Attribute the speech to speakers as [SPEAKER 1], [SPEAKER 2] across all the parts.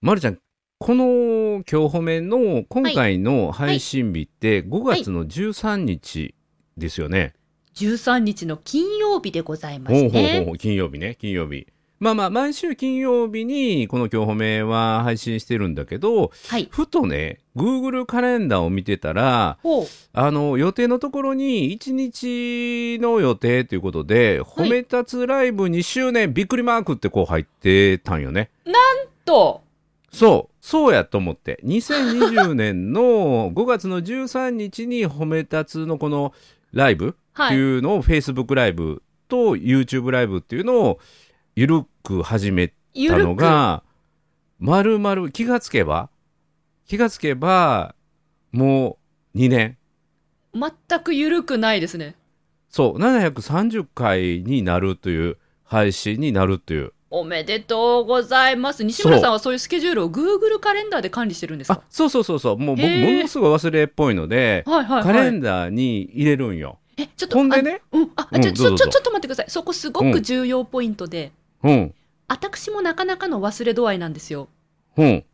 [SPEAKER 1] まるちゃん、この今日褒めの今回の配信日って5
[SPEAKER 2] はい
[SPEAKER 1] 月の13日ですよね。
[SPEAKER 2] 13日の金曜日でございます
[SPEAKER 1] ほうほう
[SPEAKER 2] ね。
[SPEAKER 1] ほう、金曜日ね、金曜日。まあまあ、毎週金曜日にこの今日褒めは配信してるんだけど、
[SPEAKER 2] はい。
[SPEAKER 1] ふとね、Google カレンダーを見てたら、
[SPEAKER 2] ほう。
[SPEAKER 1] あの予定のところに1日の予定ということで「
[SPEAKER 2] い
[SPEAKER 1] 褒め立つライブ2周年びっくりマーク」ってこう入ってたんよね。
[SPEAKER 2] と、
[SPEAKER 1] そうそうやと思って2020年の5月 の13日に褒め立つのこのライブって
[SPEAKER 2] はい。
[SPEAKER 1] いうのを Facebook ライブと YouTube ライブっていうのをゆるく始め
[SPEAKER 2] ゆ
[SPEAKER 1] た
[SPEAKER 2] る
[SPEAKER 1] の
[SPEAKER 2] く。
[SPEAKER 1] がまるまる気がつけば気がつけばもう2年。
[SPEAKER 2] 全くゆるくないですね。
[SPEAKER 1] そう、730回になるという配信になるという。
[SPEAKER 2] おめでとうございます。西村さんはそういうスケジュールを Google カレンダーで管理してるんです
[SPEAKER 1] あ
[SPEAKER 2] か、
[SPEAKER 1] そうそうそうそう、もう僕、
[SPEAKER 2] へー
[SPEAKER 1] ものすごい忘れっぽいので、
[SPEAKER 2] はいはいはい。
[SPEAKER 1] カレンダーに入れるんよ。
[SPEAKER 2] え、ちょっと、
[SPEAKER 1] ほんでね、
[SPEAKER 2] あ。うん、あ、
[SPEAKER 1] うん
[SPEAKER 2] ちょ、ち
[SPEAKER 1] どう
[SPEAKER 2] ょ、ち
[SPEAKER 1] ぞ
[SPEAKER 2] ょ、ちょっと待ってください。そこすご
[SPEAKER 1] う
[SPEAKER 2] く
[SPEAKER 1] ん
[SPEAKER 2] 重要ポイントで、
[SPEAKER 1] うん、
[SPEAKER 2] 私もなかなかの忘れ度合いなんですよ。
[SPEAKER 1] うん、
[SPEAKER 2] 例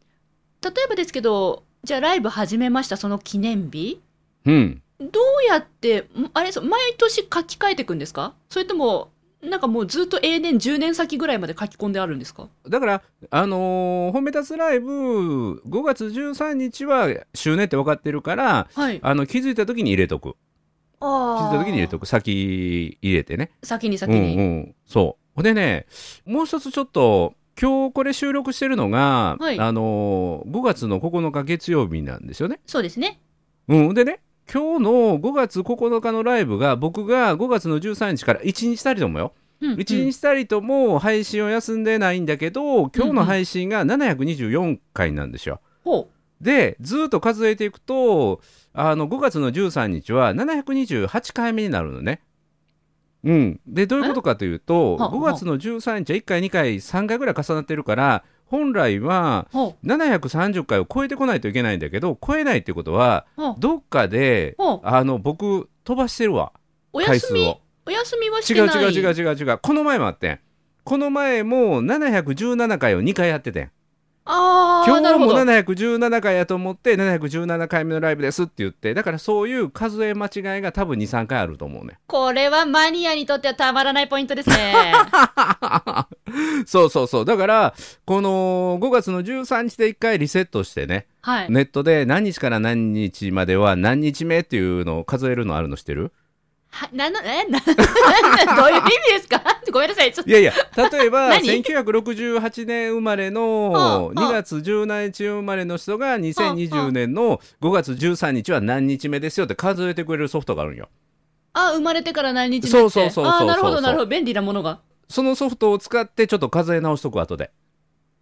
[SPEAKER 2] えばですけど、じゃあライブ始めました、その記念日
[SPEAKER 1] うん。
[SPEAKER 2] どうやって、んあれ、そう毎年書き換えていくんですかそれとも、なんかもうずっと永年10年先ぐらいまで書き込んであるんですか
[SPEAKER 1] だから、あのー褒め立つライブ、5月13日は周年って分かってるから、
[SPEAKER 2] はい。
[SPEAKER 1] あの気づいた時に入れとく。気
[SPEAKER 2] あ
[SPEAKER 1] づいた時に入れとく。先入れてね。
[SPEAKER 2] 先に先
[SPEAKER 1] うん
[SPEAKER 2] に。
[SPEAKER 1] うん。そう。ほんでね、もう一つちょっと、今日これ収録してるのが、
[SPEAKER 2] はい
[SPEAKER 1] あのー5月の9日月曜日なんですよね。
[SPEAKER 2] そうですね。
[SPEAKER 1] うん。でね、今日の5月9日のライブが、僕が5月の13日から1日たりともよ。
[SPEAKER 2] うん、うん。
[SPEAKER 1] 1日たりとも配信を休んでないんだけど、今日の配信が724回なんですよ。
[SPEAKER 2] ほ
[SPEAKER 1] で、ずーっと数えていくと、あの、5月の13日は728回目になるのね。うん。で、どういうことかというと、
[SPEAKER 2] えは
[SPEAKER 1] 5月の13日は1回、2回、3回ぐらい重なってるから、本来は
[SPEAKER 2] う。ほ
[SPEAKER 1] 730回を超えてこないといけないんだけど、超えないってことは、
[SPEAKER 2] う。ほう。
[SPEAKER 1] どっかで、
[SPEAKER 2] ほう。
[SPEAKER 1] あの、僕、飛ばしてるわ。
[SPEAKER 2] お
[SPEAKER 1] 回
[SPEAKER 2] 休
[SPEAKER 1] 数
[SPEAKER 2] み
[SPEAKER 1] を。、
[SPEAKER 2] お休みはし
[SPEAKER 1] 違
[SPEAKER 2] て
[SPEAKER 1] う
[SPEAKER 2] ない。
[SPEAKER 1] 違う違う違う違う。この前もあってん。この前も717回を2回やっててん。
[SPEAKER 2] あ
[SPEAKER 1] 今
[SPEAKER 2] あ、な
[SPEAKER 1] 日
[SPEAKER 2] るほ
[SPEAKER 1] も
[SPEAKER 2] ど。
[SPEAKER 1] 717回やと思って717回目のライブですって言ってだからそういう数え間違いが多分23回あると思うね
[SPEAKER 2] これはマニアにとってはたまらないポイントですね。
[SPEAKER 1] そうそうそうだからこの5月の13日で1回リセットしてね
[SPEAKER 2] はい。
[SPEAKER 1] ネットで何日から何日までは何日目っていうのを数えるのあるの知ってる
[SPEAKER 2] は、なの、え、な、どう いう意味ですかごめんなさい。ちょっ
[SPEAKER 1] いやいや例えば
[SPEAKER 2] 何
[SPEAKER 1] 1968年生まれの
[SPEAKER 2] は あはあ
[SPEAKER 1] 2月17日生まれの人が
[SPEAKER 2] はあは
[SPEAKER 1] 2020
[SPEAKER 2] あ
[SPEAKER 1] 年の5月13日は何日目ですよって数えてくれるソフトがあるんよ。
[SPEAKER 2] あ、生まれてから何日目って。
[SPEAKER 1] そうそうそうそうそう
[SPEAKER 2] あー、なるほど、なるほど。便利なものが。
[SPEAKER 1] そのソフトを使ってちょっと数え直しとく後で。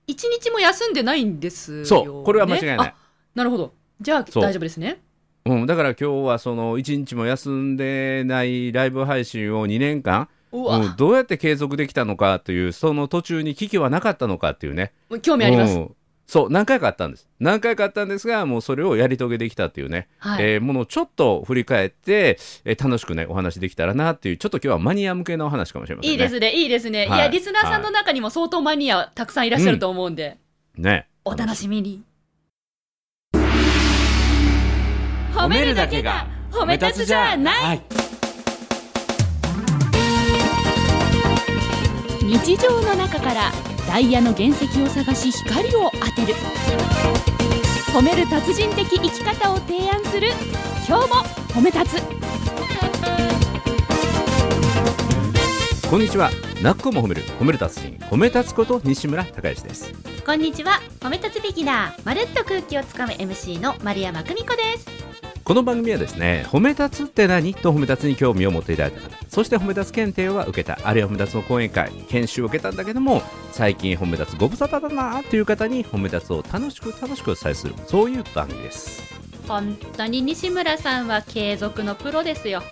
[SPEAKER 2] 一日も休んでないんですよ、ね。
[SPEAKER 1] そうこれは間違いない
[SPEAKER 2] あ。なるほど。じゃあ、
[SPEAKER 1] そう
[SPEAKER 2] 大丈夫ですね。
[SPEAKER 1] うん、だから今日はその1日も休んでないライブ配信を2年間、
[SPEAKER 2] うわ、
[SPEAKER 1] うん、どうやって継続できたのかというその途中に危機はなかったのかっていうね
[SPEAKER 2] もう興味あります。
[SPEAKER 1] うんそう何回かあったんです何回かあったんですがもうそれをやり遂げてきたっていうね、
[SPEAKER 2] はい。
[SPEAKER 1] えーものをちょっと振り返って、えー楽しくねお話できたらなっていうちょっと今日はマニア向けのお話かもしれませんね。
[SPEAKER 2] いいですね、いいですね。
[SPEAKER 1] はい
[SPEAKER 2] いや、リスナーさんの中にも相当マニアたくさんいらっしゃると思うんで、
[SPEAKER 1] ね
[SPEAKER 2] お楽しみに。
[SPEAKER 1] 褒
[SPEAKER 2] 褒
[SPEAKER 1] め
[SPEAKER 2] め
[SPEAKER 1] る
[SPEAKER 2] る
[SPEAKER 1] だ
[SPEAKER 2] だ
[SPEAKER 1] け
[SPEAKER 2] け
[SPEAKER 1] が
[SPEAKER 2] が褒め立つじゃない
[SPEAKER 1] はい
[SPEAKER 2] 日常の中からダイヤの原石を探し光を当てる褒める達人的生き方を提案する今日も褒め立つ
[SPEAKER 1] こんにちはなっこも褒める褒める達人褒め立つこと西村孝之です。
[SPEAKER 3] こんにちは褒め立つビギナーまるっと空気をつかむ MC の丸山久美子です
[SPEAKER 1] この番組はですね褒め立つって何と褒め立つに興味を持っていただいた方そして褒め立つ検定は受けたあるいは褒め立つの講演会研修を受けたんだけども最近褒め立つご無沙汰だなっていう方に褒め立つを楽しく楽しくお伝えするそういう番組です
[SPEAKER 3] 本当に西村さんは継続のプロですよ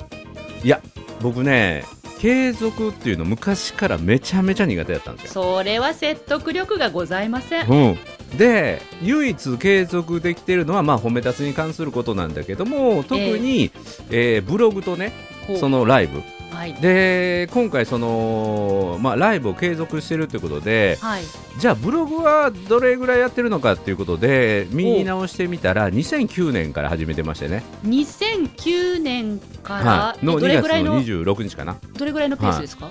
[SPEAKER 1] いや僕ね継続っていうの昔からめちゃめちゃ苦手だったんですよ
[SPEAKER 2] それは説得力がございません
[SPEAKER 1] うん、で唯一継続できてるのは、まあ、褒め立つに関することなんだけども特に、えーブログとね
[SPEAKER 2] ほう
[SPEAKER 1] そのライブ、
[SPEAKER 2] はい
[SPEAKER 1] で今回その、まあ、ライブを継続してるということで
[SPEAKER 2] はい
[SPEAKER 1] じゃあブログはどれぐらいやってるのかということで見直してみたら2009年から始めてましてね、
[SPEAKER 2] 2009年から、
[SPEAKER 1] はい、
[SPEAKER 2] え
[SPEAKER 1] の
[SPEAKER 2] ど
[SPEAKER 1] 2
[SPEAKER 2] れ
[SPEAKER 1] 月
[SPEAKER 2] ぐらいの
[SPEAKER 1] の26日かな
[SPEAKER 2] どれぐらいのペースですか、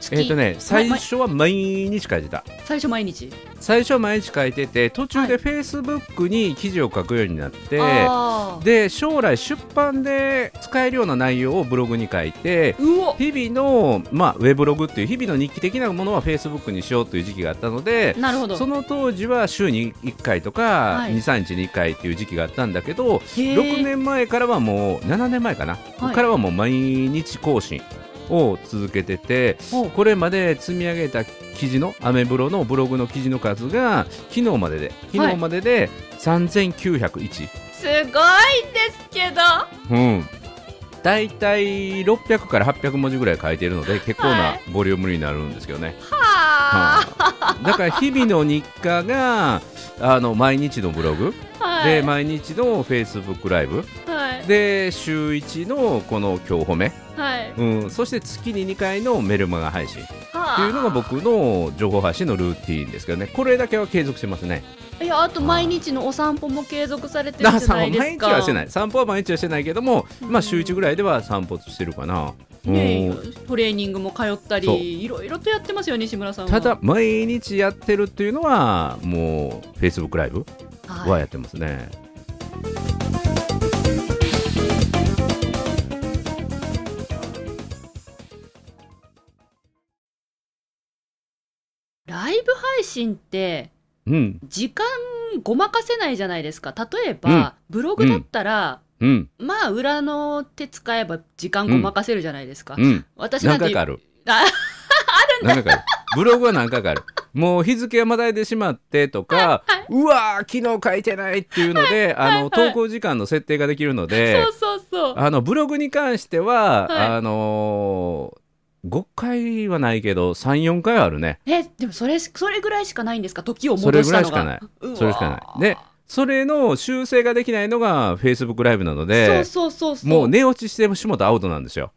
[SPEAKER 2] 月
[SPEAKER 1] えっ、とね最
[SPEAKER 2] ま
[SPEAKER 1] 初は毎日書いてた
[SPEAKER 2] 最初毎日
[SPEAKER 1] 最初は毎日書いてて途中
[SPEAKER 2] は
[SPEAKER 1] でフェイスブックに記事を書くようになって、
[SPEAKER 2] あー
[SPEAKER 1] で将来出版で使えるような内容をブログに書いて
[SPEAKER 2] うお
[SPEAKER 1] 日々の、まあ、ウェブログっていう日々の日記的なものはフェイスブックにしようという時期があったので
[SPEAKER 2] なるほど
[SPEAKER 1] その当時は週に1回とか、
[SPEAKER 2] はい
[SPEAKER 1] 23日に1回っていう時期があったんだけど
[SPEAKER 2] へー
[SPEAKER 1] 6年前からはもう7年前かな、
[SPEAKER 2] はい
[SPEAKER 1] からはもう毎日更新を続けてて
[SPEAKER 2] お
[SPEAKER 1] これまで積み上げた記事のアメブロのブログの記事の数が昨日までで昨日までで3901、
[SPEAKER 2] すごいんですけど
[SPEAKER 1] うん大体600から800文字ぐらい書いてるので結構
[SPEAKER 2] は
[SPEAKER 1] ないボリュームになるんですけどね、
[SPEAKER 2] はあ、
[SPEAKER 1] はいだから日々の日課があの毎日のブログ、
[SPEAKER 2] はい、
[SPEAKER 1] で毎日のフェイスブックライブ
[SPEAKER 2] はい
[SPEAKER 1] で週1のこの「今日褒め
[SPEAKER 2] はい」
[SPEAKER 1] うん、そして月に2回のメルマガ配信って
[SPEAKER 2] は
[SPEAKER 1] いうのが僕の情報発信のルーティンですけどねこれだけは継続してますね
[SPEAKER 2] あいやあと毎日のお散歩も継続されて
[SPEAKER 1] だから
[SPEAKER 2] るじゃな
[SPEAKER 1] 散
[SPEAKER 2] い
[SPEAKER 1] 歩
[SPEAKER 2] で
[SPEAKER 1] 毎
[SPEAKER 2] す
[SPEAKER 1] 日
[SPEAKER 2] か
[SPEAKER 1] はしてないい散歩は毎日はしてないけども、まあ週1ぐらいでは散歩してるかな、
[SPEAKER 2] ね
[SPEAKER 1] うん
[SPEAKER 2] トレーニングも通った
[SPEAKER 1] そう
[SPEAKER 2] りいろいろとやってますよ西村さんは
[SPEAKER 1] ただ毎日やってるっていうのはもう Facebook ライブは
[SPEAKER 2] はい
[SPEAKER 1] やってますね、
[SPEAKER 2] ライブ配信って
[SPEAKER 1] うん
[SPEAKER 2] 時間ごまかせないじゃないですか例えば、ブログだったら、
[SPEAKER 1] うん
[SPEAKER 2] まあ裏の手使えば時間ごまかせるじゃないですか、
[SPEAKER 1] うん
[SPEAKER 2] 私な
[SPEAKER 1] 何
[SPEAKER 2] ん
[SPEAKER 1] 回
[SPEAKER 2] て
[SPEAKER 1] かある
[SPEAKER 2] あ
[SPEAKER 1] 何回かあるブログは何回かあるもう日付をまたいでしまってとか、うわー昨日書いてないっていうので、あの
[SPEAKER 2] はいはい
[SPEAKER 1] 投稿時間の設定ができるので、
[SPEAKER 2] そうそうそう
[SPEAKER 1] あのブログに関しては、
[SPEAKER 2] はい
[SPEAKER 1] あのー、5回はないけど34回はあるね
[SPEAKER 2] えでもそれしそれぐらいしかないんですか時を
[SPEAKER 1] それ
[SPEAKER 2] 戻
[SPEAKER 1] ぐらい
[SPEAKER 2] した
[SPEAKER 1] し
[SPEAKER 2] のが
[SPEAKER 1] かない
[SPEAKER 2] い
[SPEAKER 1] それしかないでそれの修正ができないのが Facebook ライブなので
[SPEAKER 2] そうそうそうそう
[SPEAKER 1] もう寝落ちしてしもたらアウトなんですよ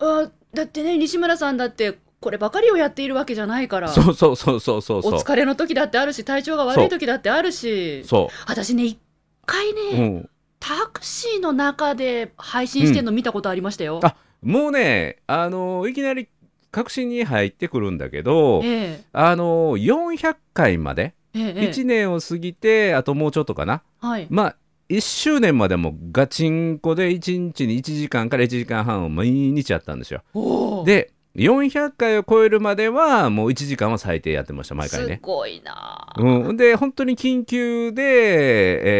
[SPEAKER 2] あだってね西村さんだってこればかりをやっているわけじゃないから
[SPEAKER 1] そうそうそうそうそうそ
[SPEAKER 2] お
[SPEAKER 1] う
[SPEAKER 2] 疲れの時だってあるし体調が悪い時だってあるし
[SPEAKER 1] そ
[SPEAKER 2] 私ね一回
[SPEAKER 1] う、
[SPEAKER 2] ね、
[SPEAKER 1] うん、
[SPEAKER 2] タクシーの中で配信してるの見たことありましたよ、
[SPEAKER 1] うんあもうねあのーいきなり確信に入ってくるんだけど
[SPEAKER 2] ええ
[SPEAKER 1] あのー400回まで
[SPEAKER 2] ええええ
[SPEAKER 1] 1年を過ぎてあともうちょっとかな
[SPEAKER 2] はい
[SPEAKER 1] まあ1周年までもガチンコで1日に1時間から1時間半を毎日やったんですよ
[SPEAKER 2] おー
[SPEAKER 1] で400回を超えるまではもう1時間は最低やってました毎回
[SPEAKER 2] す
[SPEAKER 1] ね
[SPEAKER 2] ごいなあ、
[SPEAKER 1] うん、で本当に緊急で、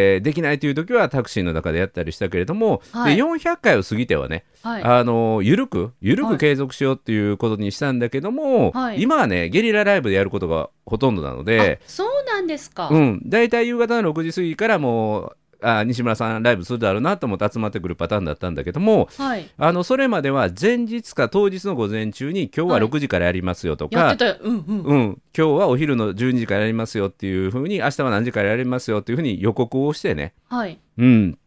[SPEAKER 1] えーできないという時はタクシーの中でやったりしたけれども、
[SPEAKER 2] はい
[SPEAKER 1] で400回を過ぎてはね、
[SPEAKER 2] はい、
[SPEAKER 1] あの緩く緩
[SPEAKER 2] は
[SPEAKER 1] く
[SPEAKER 2] い
[SPEAKER 1] 継続しようっていうことにしたんだけども、
[SPEAKER 2] はい
[SPEAKER 1] 今はねゲリラライブでやることがほとんどなので、
[SPEAKER 2] あそうなんですか、
[SPEAKER 1] うん、大体夕方の6時過ぎからもうあ西村さんライブするだろうなと思って集まってくるパターンだったんだけども
[SPEAKER 2] はい
[SPEAKER 1] あのそれまでは前日か当日の午前中に今日は
[SPEAKER 2] はい
[SPEAKER 1] 6時からやりますよとか、
[SPEAKER 2] やってたようんうん、
[SPEAKER 1] うん、今日はお昼の12時からやりますよっていうふうに明日は何時からやりますよっていうふうに予告をしてね、
[SPEAKER 2] はい
[SPEAKER 1] うん、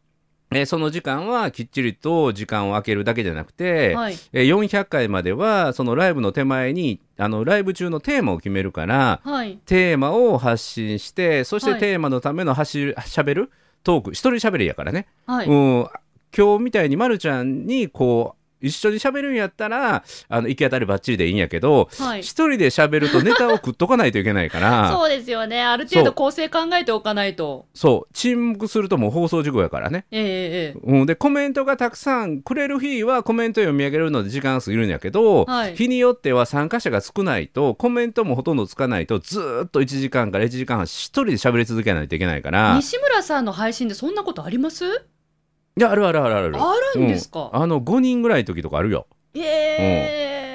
[SPEAKER 1] えーその時間はきっちりと時間を空けるだけじゃなくて、
[SPEAKER 2] はい
[SPEAKER 1] えー400回まではそのライブの手前にあのライブ中のテーマを決めるから、
[SPEAKER 2] はい
[SPEAKER 1] テーマを発信してそして
[SPEAKER 2] はい
[SPEAKER 1] テーマのためのはししゃべるトーク一人しゃべりやからね、
[SPEAKER 2] はい、
[SPEAKER 1] うん、今日みたいにまるちゃんにこう一緒にしゃべるんやったらあの行き当たりばっちりでいいんやけど
[SPEAKER 2] はい
[SPEAKER 1] 一人でしゃべるとネタを食っとかないといけないから
[SPEAKER 2] そうですよね。ある程
[SPEAKER 1] そ
[SPEAKER 2] 度
[SPEAKER 1] う
[SPEAKER 2] 構成考えておかないと。
[SPEAKER 1] そう沈黙するともう放送事故やからね。
[SPEAKER 2] ええええ
[SPEAKER 1] うん、でコメントがたくさんくれる日はコメント読み上げるので時間過ぎるんやけど、
[SPEAKER 2] はい
[SPEAKER 1] 日によっては参加者が少ないとコメントもほとんどつかないとずーっと1時間から1時間半一人で喋り続けないといけないから
[SPEAKER 2] 西村さんの配信でそんなことあります
[SPEAKER 1] いやあるあるあるある
[SPEAKER 2] あるんですか、
[SPEAKER 1] うんあの5人ぐらいの時とかあるよ
[SPEAKER 2] え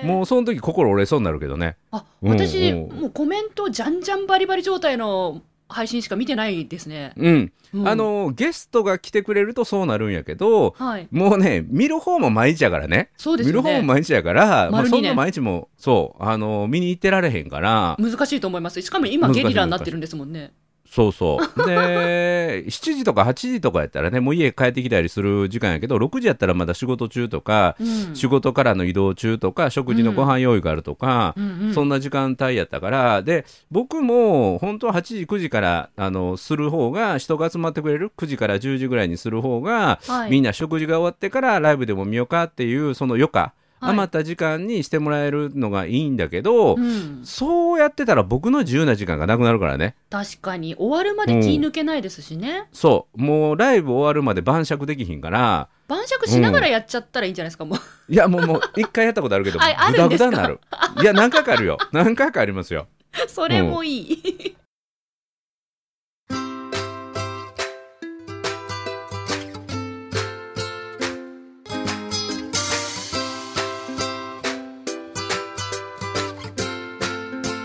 [SPEAKER 2] え
[SPEAKER 1] もうその時心折れそうになるけどね
[SPEAKER 2] あ、
[SPEAKER 1] うん
[SPEAKER 2] 私、
[SPEAKER 1] うん
[SPEAKER 2] もうコメントじゃんじゃんバリバリ状態の配信しか見てないですね。
[SPEAKER 1] うん、
[SPEAKER 2] うん
[SPEAKER 1] あ、のゲストが来てくれるとそうなるんやけど
[SPEAKER 2] はい。
[SPEAKER 1] もうね見る方も毎日やからね
[SPEAKER 2] そうです
[SPEAKER 1] 見る
[SPEAKER 2] よ
[SPEAKER 1] 方も
[SPEAKER 2] ね。
[SPEAKER 1] 毎日やから、まあ、
[SPEAKER 2] 丸
[SPEAKER 1] そ
[SPEAKER 2] 二
[SPEAKER 1] ん
[SPEAKER 2] 年
[SPEAKER 1] な毎日もそうあの見に行ってられへんから
[SPEAKER 2] 難しいと思います。しかも今
[SPEAKER 1] 難し
[SPEAKER 2] ゲ
[SPEAKER 1] い
[SPEAKER 2] リラになってるんですもんね。
[SPEAKER 1] そうそう。 で、7時とか8時とかやったらね、もう家帰ってきたりする時間やけど、6時やったらまだ仕事中とか、
[SPEAKER 2] うん
[SPEAKER 1] 仕事からの移動中とか、食事のご飯用意があるとか、
[SPEAKER 2] うんうん
[SPEAKER 1] そんな時間帯やったから、で、僕も本当は8時、9時から、あの、する方が、人が集まってくれる9時から10時ぐらいにする方が、
[SPEAKER 2] はい
[SPEAKER 1] みんな食事が終わってからライブでも見ようかっていう、その余暇、
[SPEAKER 2] はい
[SPEAKER 1] 余った時間にしてもらえるのがいいんだけど、
[SPEAKER 2] うん、
[SPEAKER 1] そうやってたら僕の自由な時間がなくなるからね。
[SPEAKER 2] 確かに終わるまで気抜けないですしね、
[SPEAKER 1] そう。もうライブ終わるまで晩酌できひんから、
[SPEAKER 2] 晩酌しながらやっちゃったらいいんじゃないですか、もう
[SPEAKER 1] いや、もう、もう、一回やったことあるけど、
[SPEAKER 2] はいあ
[SPEAKER 1] ぐ
[SPEAKER 2] る
[SPEAKER 1] だ
[SPEAKER 2] んで
[SPEAKER 1] ぐ
[SPEAKER 2] すか
[SPEAKER 1] だになる。いや、何回かあるよ。何回かありますよ。
[SPEAKER 2] それもいい、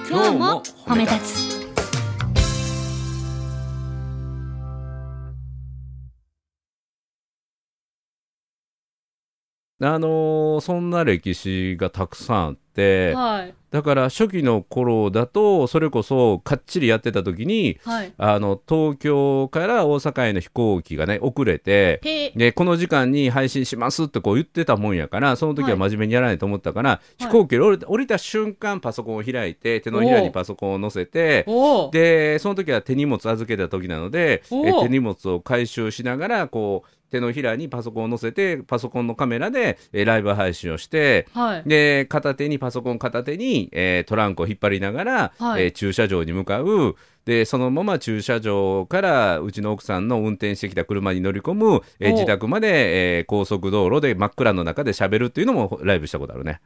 [SPEAKER 4] 今日も褒め立つ
[SPEAKER 1] あのーそんな歴史がたくさんあって、
[SPEAKER 2] はい
[SPEAKER 1] だから初期の頃だと、それこそ、かっちりやってた時に、
[SPEAKER 2] はい
[SPEAKER 1] あの、東京から大阪への飛行機がね、遅れて、
[SPEAKER 2] へえ
[SPEAKER 1] でこの時間に配信しますってこう言ってたもんやからその時は真面目にやらないと思ったから、飛行機で降り降りた瞬間パソコンを開いて手のひらにパソコンを乗せて
[SPEAKER 2] おお
[SPEAKER 1] でその時は手荷物預けた時なのでえ
[SPEAKER 2] おう
[SPEAKER 1] 手荷物を回収しながらこう手のひらにパソコンを乗せてパソコンのカメラでえライブ配信をして。
[SPEAKER 2] はい
[SPEAKER 1] で片手にパソコン片手に、えートランクを引っ張りながら、
[SPEAKER 2] はい
[SPEAKER 1] えー駐車場に向かうでそのまま駐車場からうちの奥さんの運転してきた車に乗り込む、えー
[SPEAKER 2] お
[SPEAKER 1] 自宅まで、えー高速道路で真っ暗の中で喋るっていうのもライブしたことあるね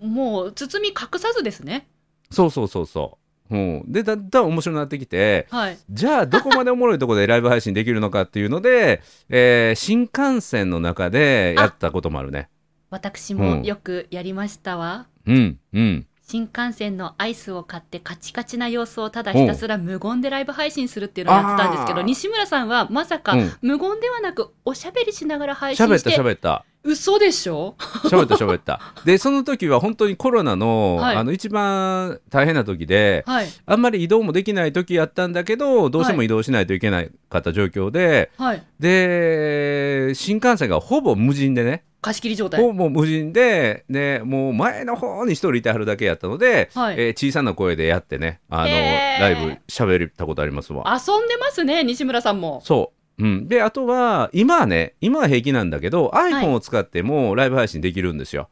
[SPEAKER 2] もう包み隠さずですね
[SPEAKER 1] そうそうそうそう、うん、でだんだん面白くなってきて
[SPEAKER 2] はい
[SPEAKER 1] じゃあどこまでおもろいところでラ イブ配信できるのかっていうので、えー新幹線の中でやったこともあるね
[SPEAKER 2] 私も
[SPEAKER 1] うん
[SPEAKER 2] よくやりましたわ、
[SPEAKER 1] うんうん
[SPEAKER 2] 新幹線のアイスを買ってカチカチな様子をただひたすら無言でライブ配信するっていうのをやってたんですけど
[SPEAKER 1] あー
[SPEAKER 2] 西村さんはまさか
[SPEAKER 1] うん
[SPEAKER 2] 無言ではなくおしゃべりしながら配信
[SPEAKER 1] 喋っ
[SPEAKER 2] したて
[SPEAKER 1] 喋った
[SPEAKER 2] 嘘でしょ
[SPEAKER 1] 喋った喋ったでその時は本当にコロナの,、
[SPEAKER 2] はい
[SPEAKER 1] あの一番大変な時で
[SPEAKER 2] はい
[SPEAKER 1] あんまり移動もできない時やったんだけどどうして
[SPEAKER 2] は
[SPEAKER 1] も移動しないといけなかった状況で、
[SPEAKER 2] はい
[SPEAKER 1] で新幹線がほぼ無人でね
[SPEAKER 2] 貸し切り状態
[SPEAKER 1] ほぼ無人ででもう前の方に一人いてはるだけやったので、
[SPEAKER 2] はい
[SPEAKER 1] えー小さな声でやってねあの
[SPEAKER 2] へー
[SPEAKER 1] ライブ喋ったことありますわ。
[SPEAKER 2] 遊んでますね西村さんも
[SPEAKER 1] そう。うん、で、あとは、今はね、今は平気なんだけど、
[SPEAKER 2] い
[SPEAKER 1] iPhone を使ってもライブ配信できるんですよ。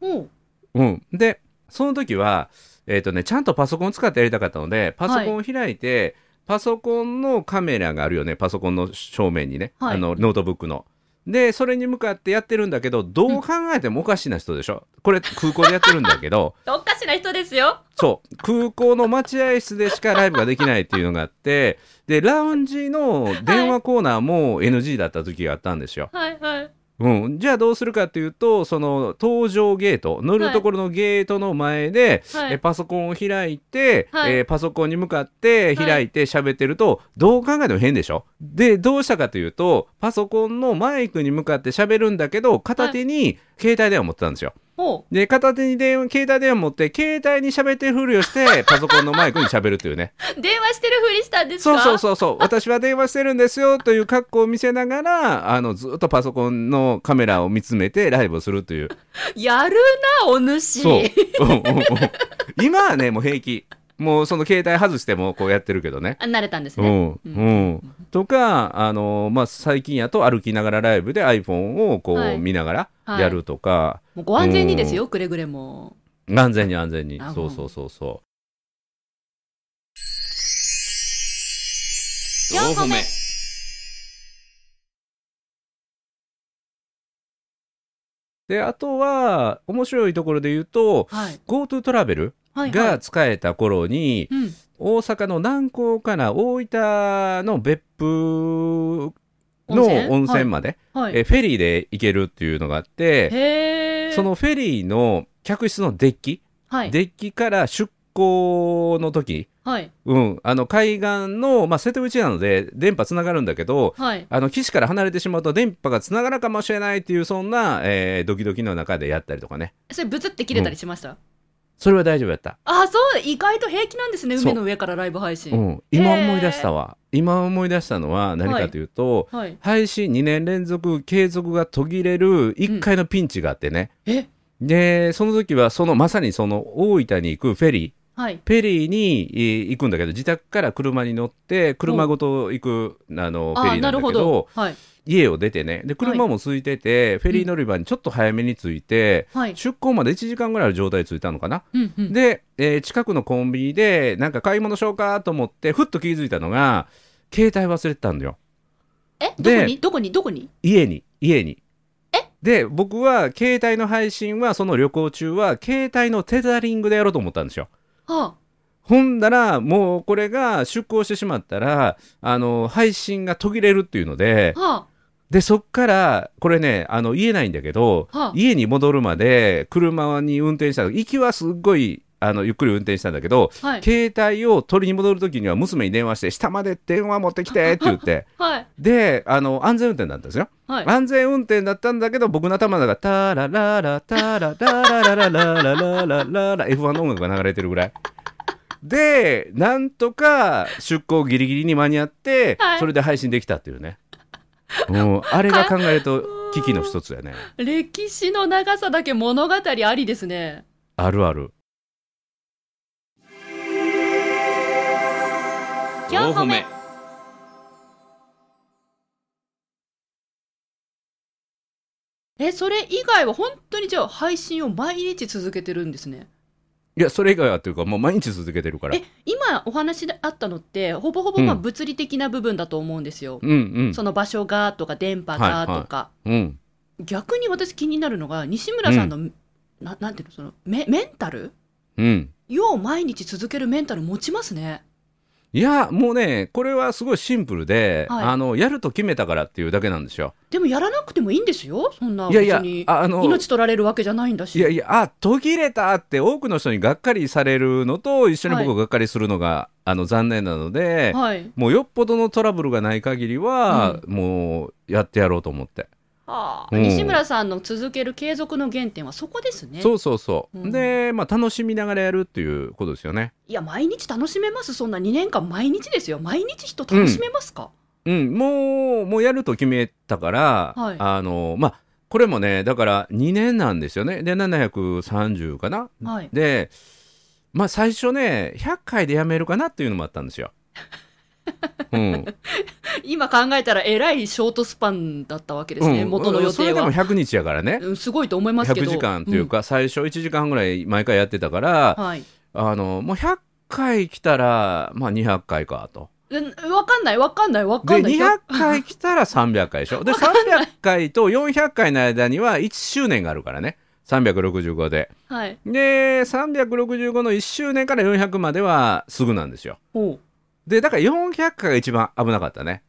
[SPEAKER 2] おう
[SPEAKER 1] うん、で、その時は、えっ、とね、ちゃんとパソコンを使ってやりたかったので、パソコンを開いて、パソコンのカメラがあるよね、パソコンの正面にね、
[SPEAKER 2] はい
[SPEAKER 1] あのノートブックの。で、それに向かってやってるんだけど、どう考えてもおかしな人でしょ。これ、空港でやってるんだけ ど、
[SPEAKER 2] おかしな人ですよ
[SPEAKER 1] そう空港の待合室でしかライブができないっていうのがあってでラウンジの電話コーナーも NG だった時があったんですよ。
[SPEAKER 2] はいはい
[SPEAKER 1] うん、じゃあどうするかっていうとその搭乗ゲート乗るところのゲートの前で、
[SPEAKER 2] はい
[SPEAKER 1] えパソコンを開いて、
[SPEAKER 2] はい
[SPEAKER 1] えーパソコンに向かって開いて喋ってると、どう考えても変でしょでどうしたかというとパソコンのマイクに向かって喋るんだけど片手に携帯電話を持ってたんですよ。
[SPEAKER 2] おう
[SPEAKER 1] で片手に電話携帯電話持って携帯に喋ってるふりを してパソコンのマイクに喋るというね
[SPEAKER 2] 電話してるふりしたんです
[SPEAKER 1] そう
[SPEAKER 2] か
[SPEAKER 1] そうそうそう私は電話してるんですよという格好を見せながらあのずっとパソコンのカメラを見つめてライブをする という
[SPEAKER 2] やるなお主
[SPEAKER 1] そううんうんうん今はねもう平気もうその携帯外してもこうやってるけどね
[SPEAKER 2] あ 慣れたんです
[SPEAKER 1] う
[SPEAKER 2] ね、
[SPEAKER 1] んうん、とか、あのまあ、最近やと歩きながらライブで iPhone をこ
[SPEAKER 2] は
[SPEAKER 1] う
[SPEAKER 2] い
[SPEAKER 1] 見ながら
[SPEAKER 2] はい
[SPEAKER 1] やるとか、
[SPEAKER 2] もうご安全にですよくれぐれも
[SPEAKER 1] 安全に安全に
[SPEAKER 2] あ
[SPEAKER 1] そうそうそうそう
[SPEAKER 4] 4個目
[SPEAKER 1] であとは面白いところで言うと
[SPEAKER 2] はい
[SPEAKER 1] GoTo トラベル
[SPEAKER 2] はいはい
[SPEAKER 1] が使えた頃に
[SPEAKER 2] うん
[SPEAKER 1] 大阪の南港から大分の別府の
[SPEAKER 2] 温泉
[SPEAKER 1] 温泉まで、
[SPEAKER 2] はい
[SPEAKER 1] えフェリーで行けるっていうのがあって
[SPEAKER 2] へえ
[SPEAKER 1] そのフェリーの客室のデッキ、
[SPEAKER 2] はい
[SPEAKER 1] デッキから出港の時、
[SPEAKER 2] はい
[SPEAKER 1] うん、あの海岸の、まあ、瀬戸内なので電波つながるんだけど
[SPEAKER 2] はい
[SPEAKER 1] あの岸から離れてしまうと電波がつながるかもしれないっていうそんな、えードキドキの中でやったりとかね
[SPEAKER 2] それブツって切れたりしました、
[SPEAKER 1] それは大丈夫やった。
[SPEAKER 2] あ、そう、意外と平気なんですね。
[SPEAKER 1] そう
[SPEAKER 2] 海の上からライブ配信。
[SPEAKER 1] うん、今思い出したわ。今思い出したのは何かというと、
[SPEAKER 2] はい。
[SPEAKER 1] 配信2年連続継続が途切れる1回のピンチがあってね。
[SPEAKER 2] え
[SPEAKER 1] で、その時はそのまさにその大分に行くフェリー、
[SPEAKER 2] はい。
[SPEAKER 1] フェリーにえー行くんだけど、自宅から車に乗って、車ごと行く、あの、フェ
[SPEAKER 2] あ
[SPEAKER 1] リー
[SPEAKER 2] な
[SPEAKER 1] なんだ
[SPEAKER 2] るほ
[SPEAKER 1] けど
[SPEAKER 2] ど、。はい。
[SPEAKER 1] 家を出てね。で、車も空いてて、フェリー乗り場にちょっと早めに着いて、
[SPEAKER 2] はい。
[SPEAKER 1] 出港まで1時間ぐらいの状態で着いたのかな。
[SPEAKER 2] うんうん。
[SPEAKER 1] で、えー近くのコンビニで、なんか買い物しようかと思って、ふっと気づいたのが、携帯忘れてたんだよ。
[SPEAKER 2] えどこ
[SPEAKER 1] で
[SPEAKER 2] にどこにどこに
[SPEAKER 1] 家に、家に。で、僕は、携帯の配信は、その旅行中は、携帯のテザリングでやろうと思ったんですよ。
[SPEAKER 2] は
[SPEAKER 1] ほんだら、もうこれが出航してしまったら、あの、配信が途切れるっていうので
[SPEAKER 2] あ、、は
[SPEAKER 1] で、そっから、これね、あの、言えないんだけど、
[SPEAKER 2] はあ
[SPEAKER 1] 家に戻るまで、車に運転したの行きはすっごい、あの、ゆっくり運転したんだけど、
[SPEAKER 2] あ、はい。
[SPEAKER 1] 携帯を取りに戻るときには娘に電話して、下まで電話持ってきてって言って、
[SPEAKER 2] はい。
[SPEAKER 1] で、あの、安全運転だったんですよ。
[SPEAKER 2] はい。
[SPEAKER 1] 安全運転だったんだけど、僕の頭の中、タラララタラララララララララララ F1 の音楽が流れてるぐらい。で、なんとか出航ギリギリに間に合って、
[SPEAKER 2] はい
[SPEAKER 1] それで配信できたっていうね。うん、あれが考えると危機の一つやね。
[SPEAKER 2] 歴史の長さだけ物語ありですね。
[SPEAKER 1] あるある。
[SPEAKER 4] 4歩目
[SPEAKER 2] え、それ以外は本当にじゃあ配信を毎日続けてるんですね。
[SPEAKER 1] いや、それ以外はっていうか、もう毎日続けてるから。
[SPEAKER 2] え、今お話であったのって、ほぼほぼまあ
[SPEAKER 1] うん
[SPEAKER 2] 物理的な部分だと思うんですよ。
[SPEAKER 1] うんうん
[SPEAKER 2] その場所がとか電波がとか。
[SPEAKER 1] うん。
[SPEAKER 2] 逆に私気になるのが、西村さんの、ななんていうの、その、メメンタル
[SPEAKER 1] うん。
[SPEAKER 2] よう毎日続けるメンタル持ちますね。
[SPEAKER 1] いや、もうね、これはすごいシンプルで、
[SPEAKER 2] はい
[SPEAKER 1] あの、やると決めたからっていうだけなんですよ。
[SPEAKER 2] でもやらなくてもいいんですよ。そんない
[SPEAKER 1] やいや
[SPEAKER 2] 別に、
[SPEAKER 1] あの、
[SPEAKER 2] 命取られるわけじゃないんだし。
[SPEAKER 1] いやいや、あ、途切れたって多くの人にがっかりされるのと一緒に
[SPEAKER 2] はい
[SPEAKER 1] 僕がっかりするのが、あの残念なので、
[SPEAKER 2] はい。
[SPEAKER 1] もうよっぽどのトラブルがない限りは、もうやってやろうと思って。
[SPEAKER 2] はあ、
[SPEAKER 1] うん
[SPEAKER 2] 西村さんの続ける継続の原点はそこですね。
[SPEAKER 1] そうそうそう。
[SPEAKER 2] うん
[SPEAKER 1] で、まあ楽しみながらやるっていうことですよね。
[SPEAKER 2] いや、毎日楽しめます。そんな2年間毎日ですよ。毎日人楽しめますか、
[SPEAKER 1] うん、もう、もうやると決めたから、
[SPEAKER 2] はい
[SPEAKER 1] あの、まあ、これもね、だから2年なんですよね。で、730かな。
[SPEAKER 2] はい。
[SPEAKER 1] で、まあ最初ね、100回でやめるかなっていうのもあったんです よ。うん。
[SPEAKER 2] 今考えたらえらいショートスパンだったわけですね。
[SPEAKER 1] うん
[SPEAKER 2] 元の予
[SPEAKER 1] それ
[SPEAKER 2] 定
[SPEAKER 1] でも
[SPEAKER 2] は。
[SPEAKER 1] 100日やからね
[SPEAKER 2] うん、すごいと思いますけ
[SPEAKER 1] 100
[SPEAKER 2] ど。
[SPEAKER 1] 時間というか、最初1時間ぐらい毎回やってたから、
[SPEAKER 2] うん。はい。
[SPEAKER 1] あのもう100回来たら、まあ、200回かと。
[SPEAKER 2] うんわかんない、わかんない、わか
[SPEAKER 1] で
[SPEAKER 2] んない。
[SPEAKER 1] 200回来たら300回でしょで300回と400回の間には1周年があるからね365で
[SPEAKER 2] はい。
[SPEAKER 1] で365の1周年から400まではすぐなんですよ
[SPEAKER 2] おう
[SPEAKER 1] でだから400回が一番危なかったね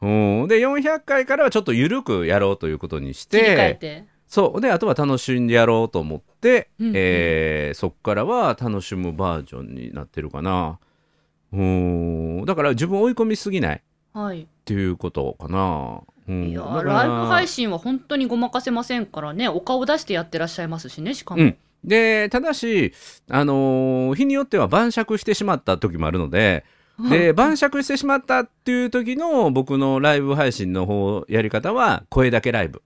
[SPEAKER 1] うんで400回からはちょっと緩くやろうということにし
[SPEAKER 2] 切
[SPEAKER 1] て
[SPEAKER 2] り替えて。
[SPEAKER 1] そう。で、あとは楽しんでやろうと思って、
[SPEAKER 2] うんうん
[SPEAKER 1] えーそっからは楽しむバージョンになってるかな。うーん。だから自分を追い込みすぎないっ
[SPEAKER 2] はい。
[SPEAKER 1] ていうことかな。うん、
[SPEAKER 2] いや
[SPEAKER 1] だか
[SPEAKER 2] ー、
[SPEAKER 1] ら
[SPEAKER 2] ライブ配信は本当にごまかせませんからね。お顔出してやってらっしゃいますしね、しかも。
[SPEAKER 1] うんで、ただし、あのー日によっては晩酌してしまった時もあるので、で、晩酌してしまったっていう時の僕のライブ配信の方、やり方は、声だけライブ。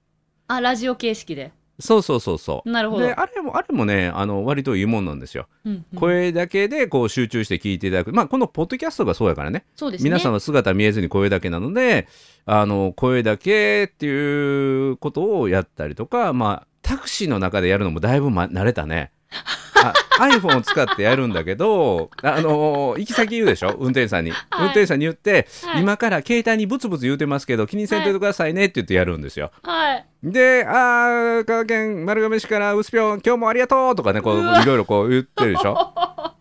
[SPEAKER 2] あ、ラジオ形式で。
[SPEAKER 1] そうそうそうそう。
[SPEAKER 2] なるほど
[SPEAKER 1] で、あれも、あれもね、あの、割といいもんなんですよ。
[SPEAKER 2] うんうん
[SPEAKER 1] 声だけでこう集中して聞いていただく、まあ、このポッドキャストがそうやからね
[SPEAKER 2] そうですね。
[SPEAKER 1] 皆さんは姿見えずに声だけなのであの声だけっていうことをやったりとか、まあ、タクシーの中でやるのもだいぶ、ま、慣れた ね。あ iPhone を使ってやるんだけど、あの行き先言うでしょ運転手さんに、
[SPEAKER 4] はい
[SPEAKER 1] 運転手さんに言って、
[SPEAKER 4] はい
[SPEAKER 1] 今から携帯にブツブツ言うてますけど気にせんといてくださいねって言ってやるんですよ。
[SPEAKER 4] はい
[SPEAKER 1] で、あー、香川県丸亀市からウスピョン、今日もありがとうとかね、こう、
[SPEAKER 2] うわ
[SPEAKER 1] いろいろこう言ってるでしょ。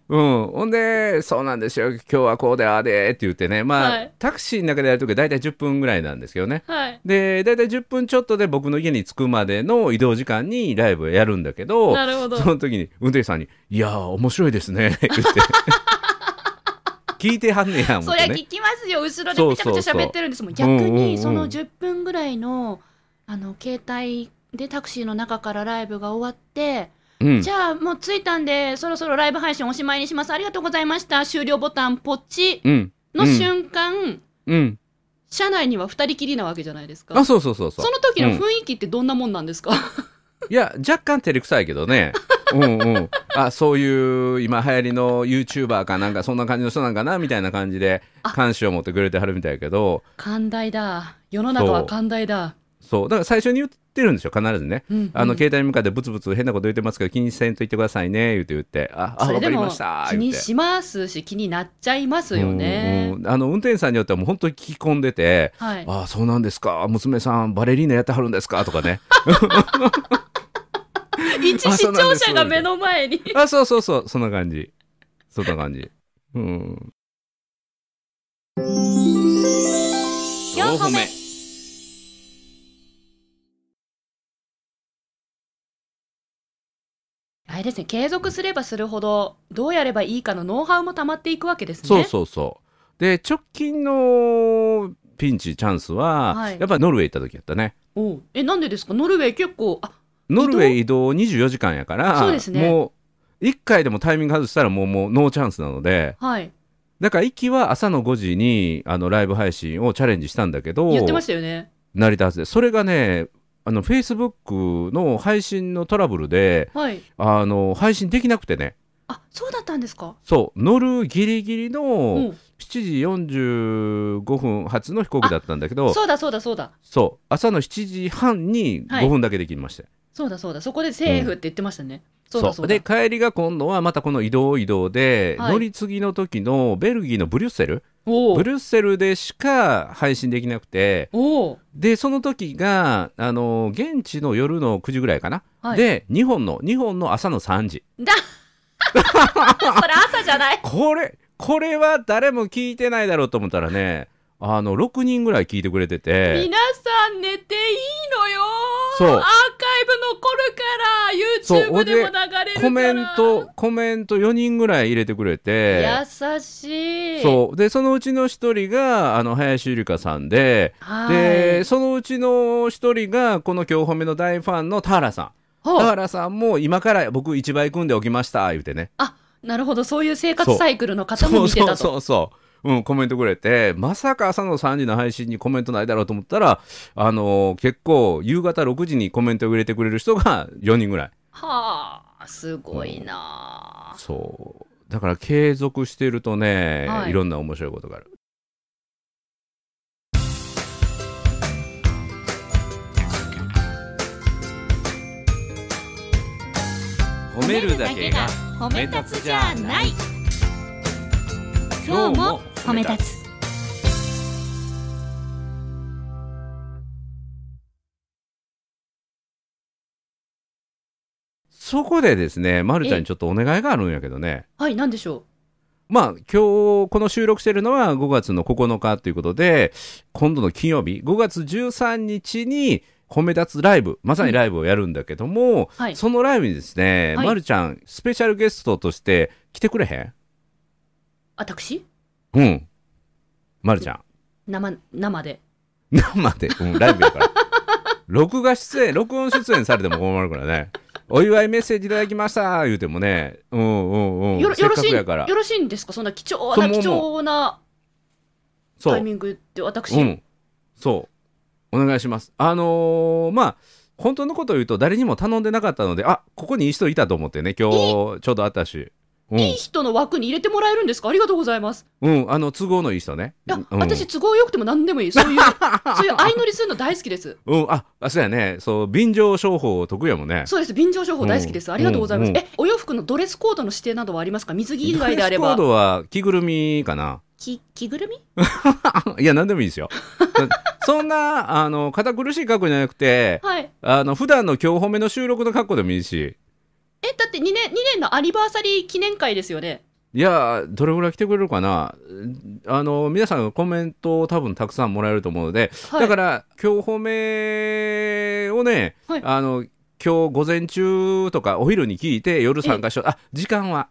[SPEAKER 1] うん。ほんで、そうなんですよ、今日はこうであーでーって言ってね、まあ、
[SPEAKER 4] はい
[SPEAKER 1] タクシーの中でやるときは大体10分ぐらいなんですけどね。
[SPEAKER 4] はい
[SPEAKER 1] で、大体10分ちょっとで僕の家に着くまでの移動時間にライブをやるんだけど、
[SPEAKER 4] なるほど
[SPEAKER 1] その時に運転手さんに、いやー、面白いですね、言って。聞いてはんねや、思
[SPEAKER 2] そ
[SPEAKER 1] っ
[SPEAKER 2] りゃ
[SPEAKER 1] てね。
[SPEAKER 2] 聞きますよ、後ろで
[SPEAKER 1] そう
[SPEAKER 2] めちゃくちゃ喋ってるんですもん、
[SPEAKER 1] そうそう
[SPEAKER 2] 逆
[SPEAKER 1] うんうんう
[SPEAKER 2] に
[SPEAKER 1] ん
[SPEAKER 2] その10分ぐらいのあの携帯でタクシーの中からライブが終わって、
[SPEAKER 1] うん
[SPEAKER 2] じゃあもう着いたんでそろそろライブ配信おしまいにしますありがとうございました終了ボタンポチ
[SPEAKER 1] うん
[SPEAKER 2] の
[SPEAKER 1] うん
[SPEAKER 2] 瞬間、
[SPEAKER 1] うん
[SPEAKER 2] 車内には二人きりなわけじゃないですか
[SPEAKER 1] あそうそうそうそう
[SPEAKER 2] その時の雰囲気ってどんなもんなんですか、
[SPEAKER 1] いや若干照れくさいけど ねうんうんあそういう今流行りの YouTuber かなんかそんな感じの人なんかなみたいな感じで
[SPEAKER 2] あ
[SPEAKER 1] 関心を持ってくれてはるみたいやけど
[SPEAKER 2] 寛大だ世の中は寛大だ
[SPEAKER 1] そうだから最初に言ってるんですよ必ずね
[SPEAKER 2] うんうん
[SPEAKER 1] あの携帯に向かってブツブツ変なこと言ってますけど気にせんと言ってくださいね言って言ってああ
[SPEAKER 2] それ
[SPEAKER 1] わ
[SPEAKER 2] で
[SPEAKER 1] かり
[SPEAKER 2] も
[SPEAKER 1] ました
[SPEAKER 2] 気
[SPEAKER 1] 言
[SPEAKER 2] に
[SPEAKER 1] って
[SPEAKER 2] しますし気になっちゃいますよね
[SPEAKER 1] うんうんあの運転手さんによってはもう本当に聞き込んでて
[SPEAKER 2] はい
[SPEAKER 1] ああそうなんですか娘さんバレリーナやってはるんですかとかね
[SPEAKER 2] 一
[SPEAKER 1] あ
[SPEAKER 2] 視
[SPEAKER 1] そうなん
[SPEAKER 2] 聴
[SPEAKER 1] です
[SPEAKER 2] 者が目の前に
[SPEAKER 1] あそうそうそうそんな感じそんな感じうん
[SPEAKER 4] 4
[SPEAKER 1] 個
[SPEAKER 4] 個
[SPEAKER 1] 目
[SPEAKER 4] 目
[SPEAKER 2] あれですね継続すればするほどどうやればいいかのノウハウもたまっていくわけですね
[SPEAKER 1] そうそうそうで直近のピンチチャンスは、
[SPEAKER 2] はい
[SPEAKER 1] やっぱりノルウェー行った時やったね
[SPEAKER 2] おうえなんでですかノルウェー結構あ
[SPEAKER 1] ノルウェー移動24時間やから
[SPEAKER 2] そうですね
[SPEAKER 1] もう1回でもタイミング外したらもうもうノーチャンスなので
[SPEAKER 2] はい
[SPEAKER 1] だから一期は朝の5時にあのライブ配信をチャレンジしたんだけど
[SPEAKER 2] 言ってましたよね
[SPEAKER 1] 成り立つでそれがねあのフェイスブックの配信のトラブルで
[SPEAKER 2] はい
[SPEAKER 1] あの配信できなくてね
[SPEAKER 2] あそうだったんですか
[SPEAKER 1] そう乗るギリギリ
[SPEAKER 2] う
[SPEAKER 1] の
[SPEAKER 2] ん
[SPEAKER 1] 7時45分発の飛行機だったんだけど
[SPEAKER 2] そうだそうだそうだ
[SPEAKER 1] そう朝の7時半に
[SPEAKER 2] はい
[SPEAKER 1] 5分だけできまして、
[SPEAKER 2] そうだそうだそこでセーフって言ってましたね、そうだそうだ
[SPEAKER 1] で帰りが今度はまたこの移動移動で、
[SPEAKER 2] はい
[SPEAKER 1] 乗り継ぎの時のベルギーのブリュッセル
[SPEAKER 2] お
[SPEAKER 1] ブ
[SPEAKER 2] う
[SPEAKER 1] リュッセルでしか配信できなくて
[SPEAKER 2] おう
[SPEAKER 1] でその時があの現地の夜の9時ぐらいかな、
[SPEAKER 2] はい
[SPEAKER 1] で日本の日本の朝の3時
[SPEAKER 2] だそれ朝じゃない
[SPEAKER 1] これこれは誰も聞いてないだろうと思ったらねあの6人ぐらい聞いてくれてて
[SPEAKER 2] 皆さん寝ていいのよ
[SPEAKER 1] そう
[SPEAKER 2] アーカイブ
[SPEAKER 1] そう
[SPEAKER 2] 残るから YouTube でも
[SPEAKER 1] ほん
[SPEAKER 2] 流れるから
[SPEAKER 1] コメントコメント4人ぐらい入れてくれて
[SPEAKER 2] 優しい
[SPEAKER 1] そうでそのうちの一人があの林ゆりかさんで、
[SPEAKER 2] はい
[SPEAKER 1] でそのうちの一人がこの「今日褒め」の大ファンの田原さん
[SPEAKER 2] ほう
[SPEAKER 1] 田原さんも今から僕一倍組んでおきました言うてね
[SPEAKER 2] あなるほどそういう生活サイクルの方も見てた
[SPEAKER 1] そ
[SPEAKER 2] と
[SPEAKER 1] うそうそう、うん、コメントくれてまさか朝の3時の配信にコメントないだろうと思ったら、あのー結構夕方6時にコメントを入れてくれる人が4人ぐらい
[SPEAKER 2] はあすごいなあ
[SPEAKER 1] そうだから継続してるとね、
[SPEAKER 2] はい
[SPEAKER 1] い、ろんな面白いことがある褒めるだけが
[SPEAKER 4] 褒
[SPEAKER 1] め立つじゃない
[SPEAKER 4] 今日も褒め立つ
[SPEAKER 1] そこでですね、ま、るちゃんにちょっとお願いがあるんやけどね
[SPEAKER 2] はい何でしょ
[SPEAKER 1] まあ今日この収録してるのは5月の9日ということで今度の金曜日5月13日に褒め立つライブまさにライブをやるんだけども、
[SPEAKER 2] はい
[SPEAKER 1] そのライブにですね、
[SPEAKER 2] はい
[SPEAKER 1] まるちゃんスペシャルゲストとして来てくれへ
[SPEAKER 2] う私
[SPEAKER 1] んうんまるちゃん
[SPEAKER 2] 生生で
[SPEAKER 1] 生で、うん、ライブや から。録画出演、録音出演されても困るからね。お祝いメッセージいただきました言うてもね、うんうんうん、
[SPEAKER 2] よろ
[SPEAKER 1] せ
[SPEAKER 2] よ
[SPEAKER 1] っ
[SPEAKER 2] ろ
[SPEAKER 1] か
[SPEAKER 2] し
[SPEAKER 1] く
[SPEAKER 2] い
[SPEAKER 1] や
[SPEAKER 2] よ
[SPEAKER 1] から。
[SPEAKER 2] ろしいんですかそんな貴重
[SPEAKER 1] そう
[SPEAKER 2] な
[SPEAKER 1] もう
[SPEAKER 2] 貴重な
[SPEAKER 1] そ
[SPEAKER 2] タイ
[SPEAKER 1] う、
[SPEAKER 2] ミングで私、
[SPEAKER 1] うん、そう、お願いします。あのーまあ、本当のことを言うと誰にも頼んでなかったので、あここにいい人いたと思ってね、今日ちょうどあったし、う
[SPEAKER 2] いい
[SPEAKER 1] ん、
[SPEAKER 2] 人の枠に入れてもらえるんですかありがとうございます
[SPEAKER 1] うん、あの都合のいい人ね。
[SPEAKER 2] いや、
[SPEAKER 1] うん、
[SPEAKER 2] 私都合良くても何でもいいそ ういうそういう相乗りするの大好きです
[SPEAKER 1] うん、あ、あそうやね、そう便乗商法得意やもんね。
[SPEAKER 2] そうです便乗商法大好きです、
[SPEAKER 1] うん
[SPEAKER 2] ありがとうございます、
[SPEAKER 1] うんうん
[SPEAKER 2] えお洋服のドレスコードの指定などはありますか水着以外であれ
[SPEAKER 1] ドレスコー
[SPEAKER 2] ば
[SPEAKER 1] ドは着ぐるみかな。
[SPEAKER 2] き着ぐるみ
[SPEAKER 1] いや、何でもいいですよ。 そんな、あの、堅苦しい格好じゃなくて、
[SPEAKER 2] はい
[SPEAKER 1] あの、普段の今日褒めの収録の格好でもいいし、
[SPEAKER 2] えだって2年 ,2 年のアニバーサリー記念会ですよね
[SPEAKER 1] いや、どれぐらい来てくれるかな。あの、皆さんコメントを多分たくさんもらえると思うので、
[SPEAKER 2] はい
[SPEAKER 1] だから、今日褒めをね、
[SPEAKER 2] はい
[SPEAKER 1] あの、今日午前中とかお昼に聞いて夜参加しよう。あ、時間は、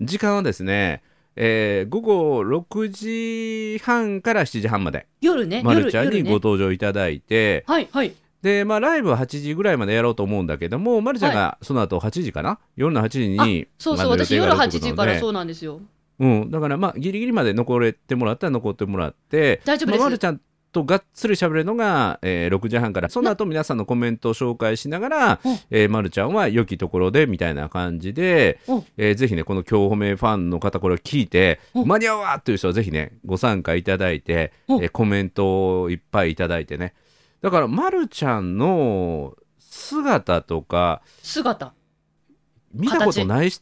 [SPEAKER 1] 時間はですね、えー午後6時半から7時半まで、
[SPEAKER 2] 夜ね
[SPEAKER 1] ま
[SPEAKER 2] 夜
[SPEAKER 1] るちゃん
[SPEAKER 2] 夜
[SPEAKER 1] にご
[SPEAKER 2] ね
[SPEAKER 1] 登場いただいて、
[SPEAKER 2] はいはい
[SPEAKER 1] で、まあ、ライブは8時ぐらいまでやろうと思うんだけども、ま、るちゃんがその後8時かな、夜の8時に、
[SPEAKER 2] そうそう、私夜8時からそううなんですよ。
[SPEAKER 1] うん、だからまあギリギリまで残れてもらったら残ってもらって
[SPEAKER 2] 大丈夫です
[SPEAKER 1] まあま、るちゃんとがっつり喋るのが、えー6時半からその後皆さんのコメントを紹介しながら
[SPEAKER 2] うん、
[SPEAKER 1] えーま、るちゃんは良きところでみたいな感じで
[SPEAKER 2] うん、
[SPEAKER 1] えーぜひねこの今日褒めファンの方これを聞いて
[SPEAKER 2] うん
[SPEAKER 1] 間に合うわという人はぜひねご参加いただいて、え
[SPEAKER 2] うん
[SPEAKER 1] ーコメントをいっぱいいただいてねだから、ま、るちゃんの姿とか
[SPEAKER 2] 姿。
[SPEAKER 1] 見たことない人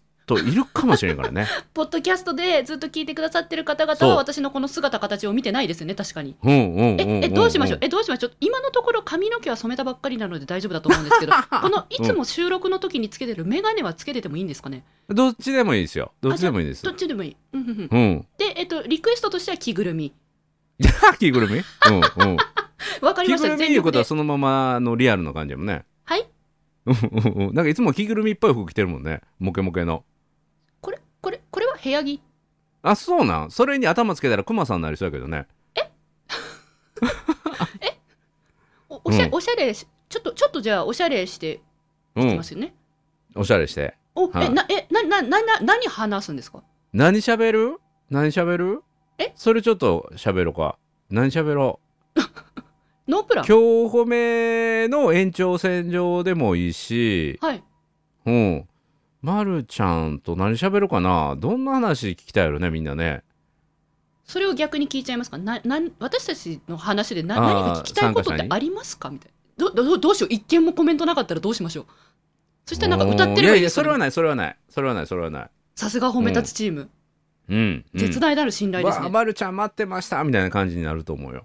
[SPEAKER 1] いるかもしれんから ね。
[SPEAKER 2] ポッドキャストでずっと聞いてくださってる方々
[SPEAKER 1] そう
[SPEAKER 2] は私のこの姿形を見てないですね、確かに。
[SPEAKER 1] うんうんんん
[SPEAKER 2] え、
[SPEAKER 1] ん
[SPEAKER 2] え、どうしましょうえ、どうしましょう今のところ髪の毛は染めたばっかりなので大丈夫だと思う んですけど、このいつも収録の時につけてるメガネはつけててもいいんですかね
[SPEAKER 1] どっちでもいいですよ。どっちでもいいです
[SPEAKER 2] ど。っちでもいい。うんうんうん
[SPEAKER 1] うん。
[SPEAKER 2] で、えっと、リクエストとしては着ぐるみ。
[SPEAKER 1] じゃあ、着ぐるみうんうん。
[SPEAKER 2] わかり
[SPEAKER 1] 着
[SPEAKER 2] まし
[SPEAKER 1] ぐる
[SPEAKER 2] た。
[SPEAKER 1] み
[SPEAKER 2] 全
[SPEAKER 1] いう
[SPEAKER 2] 力
[SPEAKER 1] こと
[SPEAKER 2] で
[SPEAKER 1] は。そのままのリアルな感じやもんね。
[SPEAKER 2] はい
[SPEAKER 1] うんうんうん。なんかいつも着ぐるみっぽい服着てるもんね。モケモケの。
[SPEAKER 2] これ、これ、これは部屋着
[SPEAKER 1] あ、そうなんそれに頭つけたらクマさんになりそうやけどね。
[SPEAKER 2] おおしゃ
[SPEAKER 1] うん
[SPEAKER 2] おしゃれし、ちょっと、ちょっとじゃあ、おしゃれして
[SPEAKER 1] う
[SPEAKER 2] いき
[SPEAKER 1] ん
[SPEAKER 2] ま。すよね。
[SPEAKER 1] おしゃれして。
[SPEAKER 2] お、
[SPEAKER 1] はい
[SPEAKER 2] え、な、え、な、な、な、な、何話すんですか
[SPEAKER 1] 何喋る何喋る
[SPEAKER 2] え
[SPEAKER 1] それちょっと喋ろうか。何喋ろう
[SPEAKER 2] ノープラン
[SPEAKER 1] 今日褒めの延長線上でもいいし、
[SPEAKER 2] はい。
[SPEAKER 1] うん。まるちゃんと何喋るかなどんな話聞きたいよね、みんなね。
[SPEAKER 2] それを逆に聞いちゃいますかな、なん、私たちの話でな、
[SPEAKER 1] あー
[SPEAKER 2] 何か聞きたいこと
[SPEAKER 1] 参加
[SPEAKER 2] っ
[SPEAKER 1] 者
[SPEAKER 2] て
[SPEAKER 1] に
[SPEAKER 2] ありますかみたいな。ど、ど、どうしよう一件もコメントなかったらどうしましょうそしたらなんか歌っ
[SPEAKER 1] い
[SPEAKER 2] てるば
[SPEAKER 1] や
[SPEAKER 2] いい
[SPEAKER 1] い
[SPEAKER 2] で
[SPEAKER 1] や
[SPEAKER 2] す
[SPEAKER 1] そ
[SPEAKER 2] よ
[SPEAKER 1] れは
[SPEAKER 2] ね
[SPEAKER 1] ないそれはないそれはないそれはない
[SPEAKER 2] さすが褒め立つチーム。
[SPEAKER 1] うん、うん、
[SPEAKER 2] 絶大なる信頼です
[SPEAKER 1] わあ
[SPEAKER 2] ね。
[SPEAKER 1] まるちゃん待ってましたみたいな感じになると思うよ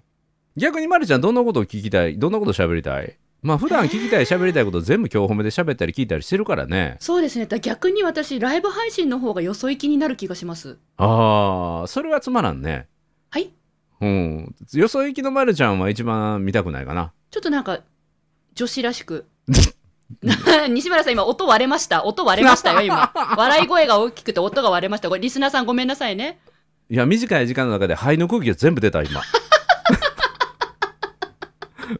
[SPEAKER 1] 逆にまるちゃんどんなことを聞きたいどんなこと喋りたいまあ普段聞きたい喋りたいこと全部今日褒めで喋ったり聞いたりしてるからね
[SPEAKER 2] そうですね。だ逆に私、ライブ配信の方がよそ行きになる気がします。
[SPEAKER 1] ああそれはつまらんね
[SPEAKER 2] はい
[SPEAKER 1] うんよそ行きのまるちゃんは一番見たくないかな
[SPEAKER 2] ちょっとなんか、女子らしく。 西村さん、今、音割れました。音割れましたよ、今。笑い声が大きくて音が割れました。これ、リスナーさんごめんなさいね。
[SPEAKER 1] いや短い時間の中で肺の空気が全部出た今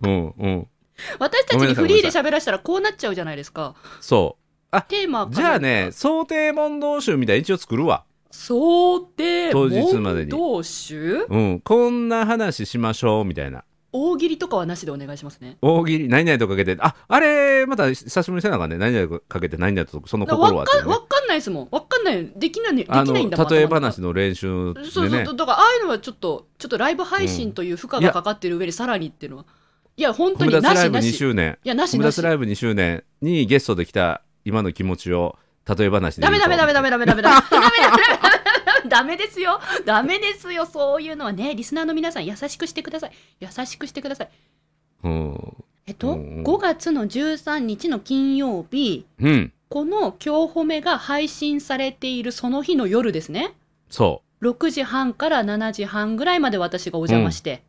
[SPEAKER 1] うんうん
[SPEAKER 2] 私たち
[SPEAKER 1] ごめん
[SPEAKER 2] に
[SPEAKER 1] なさい
[SPEAKER 2] フリーで喋らせたらこうなっちゃうじゃないですか。
[SPEAKER 1] そう
[SPEAKER 2] テーマか
[SPEAKER 1] じゃあね。想定問答集みたいな一応作るわ
[SPEAKER 2] 想定
[SPEAKER 1] 当日までに
[SPEAKER 2] 同集
[SPEAKER 1] うん、こんな話しましょうみたいな
[SPEAKER 2] 大喜利とかはなしでお願いしますね。
[SPEAKER 1] 大喜利何々とかけてああれまた久しぶりにせなあかんね何々かけて何々とその
[SPEAKER 2] だから
[SPEAKER 1] 心
[SPEAKER 2] わ
[SPEAKER 1] は
[SPEAKER 2] かん
[SPEAKER 1] ね
[SPEAKER 2] わかんないですもん。わかんない。できない、でき
[SPEAKER 1] あ
[SPEAKER 2] ないんだも
[SPEAKER 1] の
[SPEAKER 2] ん。
[SPEAKER 1] 例え
[SPEAKER 2] 頭の中
[SPEAKER 1] 話の練習でね
[SPEAKER 2] そうそう、だからああいうのはちょっと、ちょっとライブ配信という負荷がかかってる上にさらにっていうのは、いや、本
[SPEAKER 1] 「ふ
[SPEAKER 2] 当
[SPEAKER 1] む
[SPEAKER 2] に
[SPEAKER 1] だ
[SPEAKER 2] な
[SPEAKER 1] つライ
[SPEAKER 2] し
[SPEAKER 1] ブ
[SPEAKER 2] な
[SPEAKER 1] 2
[SPEAKER 2] し。い
[SPEAKER 1] 周年」
[SPEAKER 2] や、な
[SPEAKER 1] 「ふ
[SPEAKER 2] し
[SPEAKER 1] む
[SPEAKER 2] な
[SPEAKER 1] だ
[SPEAKER 2] し
[SPEAKER 1] つ。ライブ2周年」にゲストで来た今の気持ちを例え話で
[SPEAKER 2] ダ
[SPEAKER 1] 言
[SPEAKER 2] メ
[SPEAKER 1] うと
[SPEAKER 2] ダメダメダメダメダ メダメダメダメダメダメですよダメですよそういうのはねリスナーの皆さん優しくしてください優しくしてください
[SPEAKER 1] うん、
[SPEAKER 2] えっと
[SPEAKER 1] うんうん
[SPEAKER 2] 5月の13日の金曜日
[SPEAKER 1] うん、
[SPEAKER 2] この今日褒めが配信されているその日の夜ですね
[SPEAKER 1] そ
[SPEAKER 2] 6時半から7時半ぐらいまで私がお邪魔して、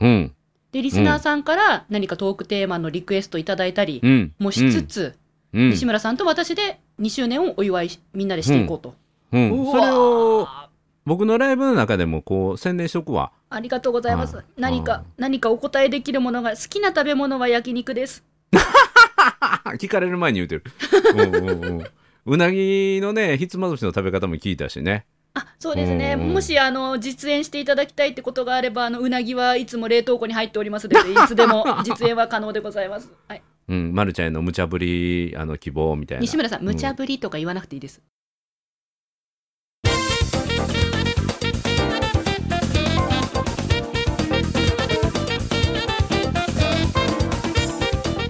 [SPEAKER 1] ううん
[SPEAKER 2] で、リスナーさんから何かトークテーマのリクエストいただいたり
[SPEAKER 1] うん
[SPEAKER 2] もしつつ、
[SPEAKER 1] うん、うん
[SPEAKER 2] 西村さんと私で2周年をお祝いしみんなでしていこうと。
[SPEAKER 1] うん
[SPEAKER 2] うわ
[SPEAKER 1] それを
[SPEAKER 2] あ
[SPEAKER 1] 僕のライブの中でもこう宣伝しとくわ
[SPEAKER 2] ありがとうございます
[SPEAKER 1] あ。
[SPEAKER 2] 何
[SPEAKER 1] あ
[SPEAKER 2] か、何かお答えできるものが、好きな食べ物は焼肉です。
[SPEAKER 1] 聞かれる前に言うてるうんうんうんうなぎのねひつまぶしの食べ方も聞いたしね
[SPEAKER 2] あ、そうですね。
[SPEAKER 1] うんうん
[SPEAKER 2] もし、あの、実演していただきたいってことがあれば、あの、うなぎはいつも冷凍庫に入っておりますの で、いつでも実演は可能でございます。はい。
[SPEAKER 1] うん、ま、るちゃんへの無茶ぶりあの希望みたいな
[SPEAKER 2] 西村さん、
[SPEAKER 1] うん
[SPEAKER 2] 無茶ぶりとか言わなくていいです。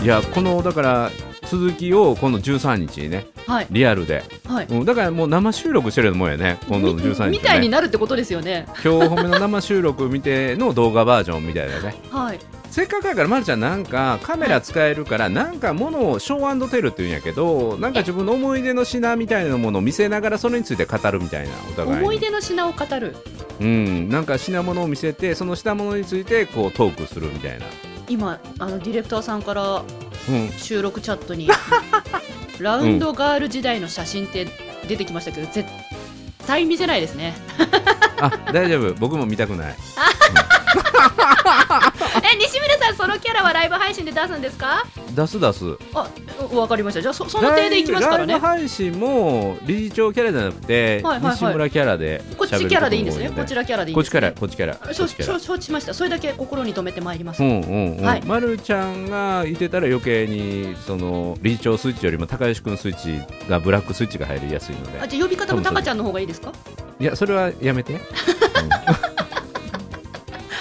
[SPEAKER 1] いやこのだから続きをこの13日にね
[SPEAKER 2] はい。
[SPEAKER 1] リアルで、
[SPEAKER 2] はい。
[SPEAKER 1] うん、だからもう生収録してるようなもんやね今度の13日、ね、
[SPEAKER 2] みみたいになるってことですよね。
[SPEAKER 1] 今日褒めの生収録見ての動画バージョンみたいなね
[SPEAKER 2] はい。
[SPEAKER 1] せっかくやからまるちゃんなんかカメラ使えるからなんかものをショーテルって言うんやけどなんか自分の思い出の品みたいなものを見せながらそれについて語るみたいなお互いに
[SPEAKER 2] 思い出の品を語る。
[SPEAKER 1] うんなんか品物を見せてその品物についてこうトークするみたいな
[SPEAKER 2] 今あのディレクターさんから
[SPEAKER 1] うん
[SPEAKER 2] 収録チャッ トにラウンドガール時代の写真って出てきましたけど、絶対見せないですね
[SPEAKER 1] あ大丈夫僕も見たくない
[SPEAKER 2] え西村さんそのキャラはライブ配信で
[SPEAKER 5] 出すんですか
[SPEAKER 1] 出す出す
[SPEAKER 5] あうわかりましたじゃあそその手でいきますから
[SPEAKER 1] ライ
[SPEAKER 5] ね
[SPEAKER 1] ブ配信も理事長キャラじゃなくて、
[SPEAKER 5] はいはいはい
[SPEAKER 1] 西村キャラで
[SPEAKER 5] こっちキャラでいいんですね
[SPEAKER 1] 喋る
[SPEAKER 5] こちらキャラでいいん
[SPEAKER 1] こっ
[SPEAKER 5] で
[SPEAKER 1] ち
[SPEAKER 5] す、
[SPEAKER 1] キャラ
[SPEAKER 5] ね、
[SPEAKER 1] こっちキャラこっ
[SPEAKER 5] 承
[SPEAKER 1] ちキャ
[SPEAKER 5] 承
[SPEAKER 1] ラ
[SPEAKER 5] 承知しましたそれだけ心に留めてまいります、
[SPEAKER 1] うんうんうん、
[SPEAKER 5] はい
[SPEAKER 1] まるちゃんがいてたら余計にその理事長スイッチよりも高橋君スイッチがブラックスイッチが入りやすいので
[SPEAKER 5] あじゃあ呼び方もタカちゃんの方がいいですか
[SPEAKER 1] いやそれはやめて、うん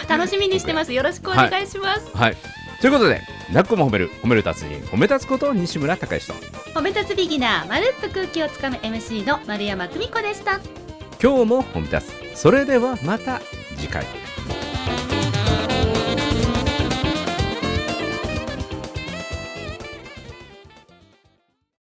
[SPEAKER 2] 楽しみにしてます。よろしくお願いします。
[SPEAKER 1] はいということでなっこも褒める褒める達人褒め立つこと西村孝之と
[SPEAKER 2] 褒め立つビギナー、まるっと空気をつかむ MC の丸山久美子でした。
[SPEAKER 1] 今日も褒め立つそれではまた次回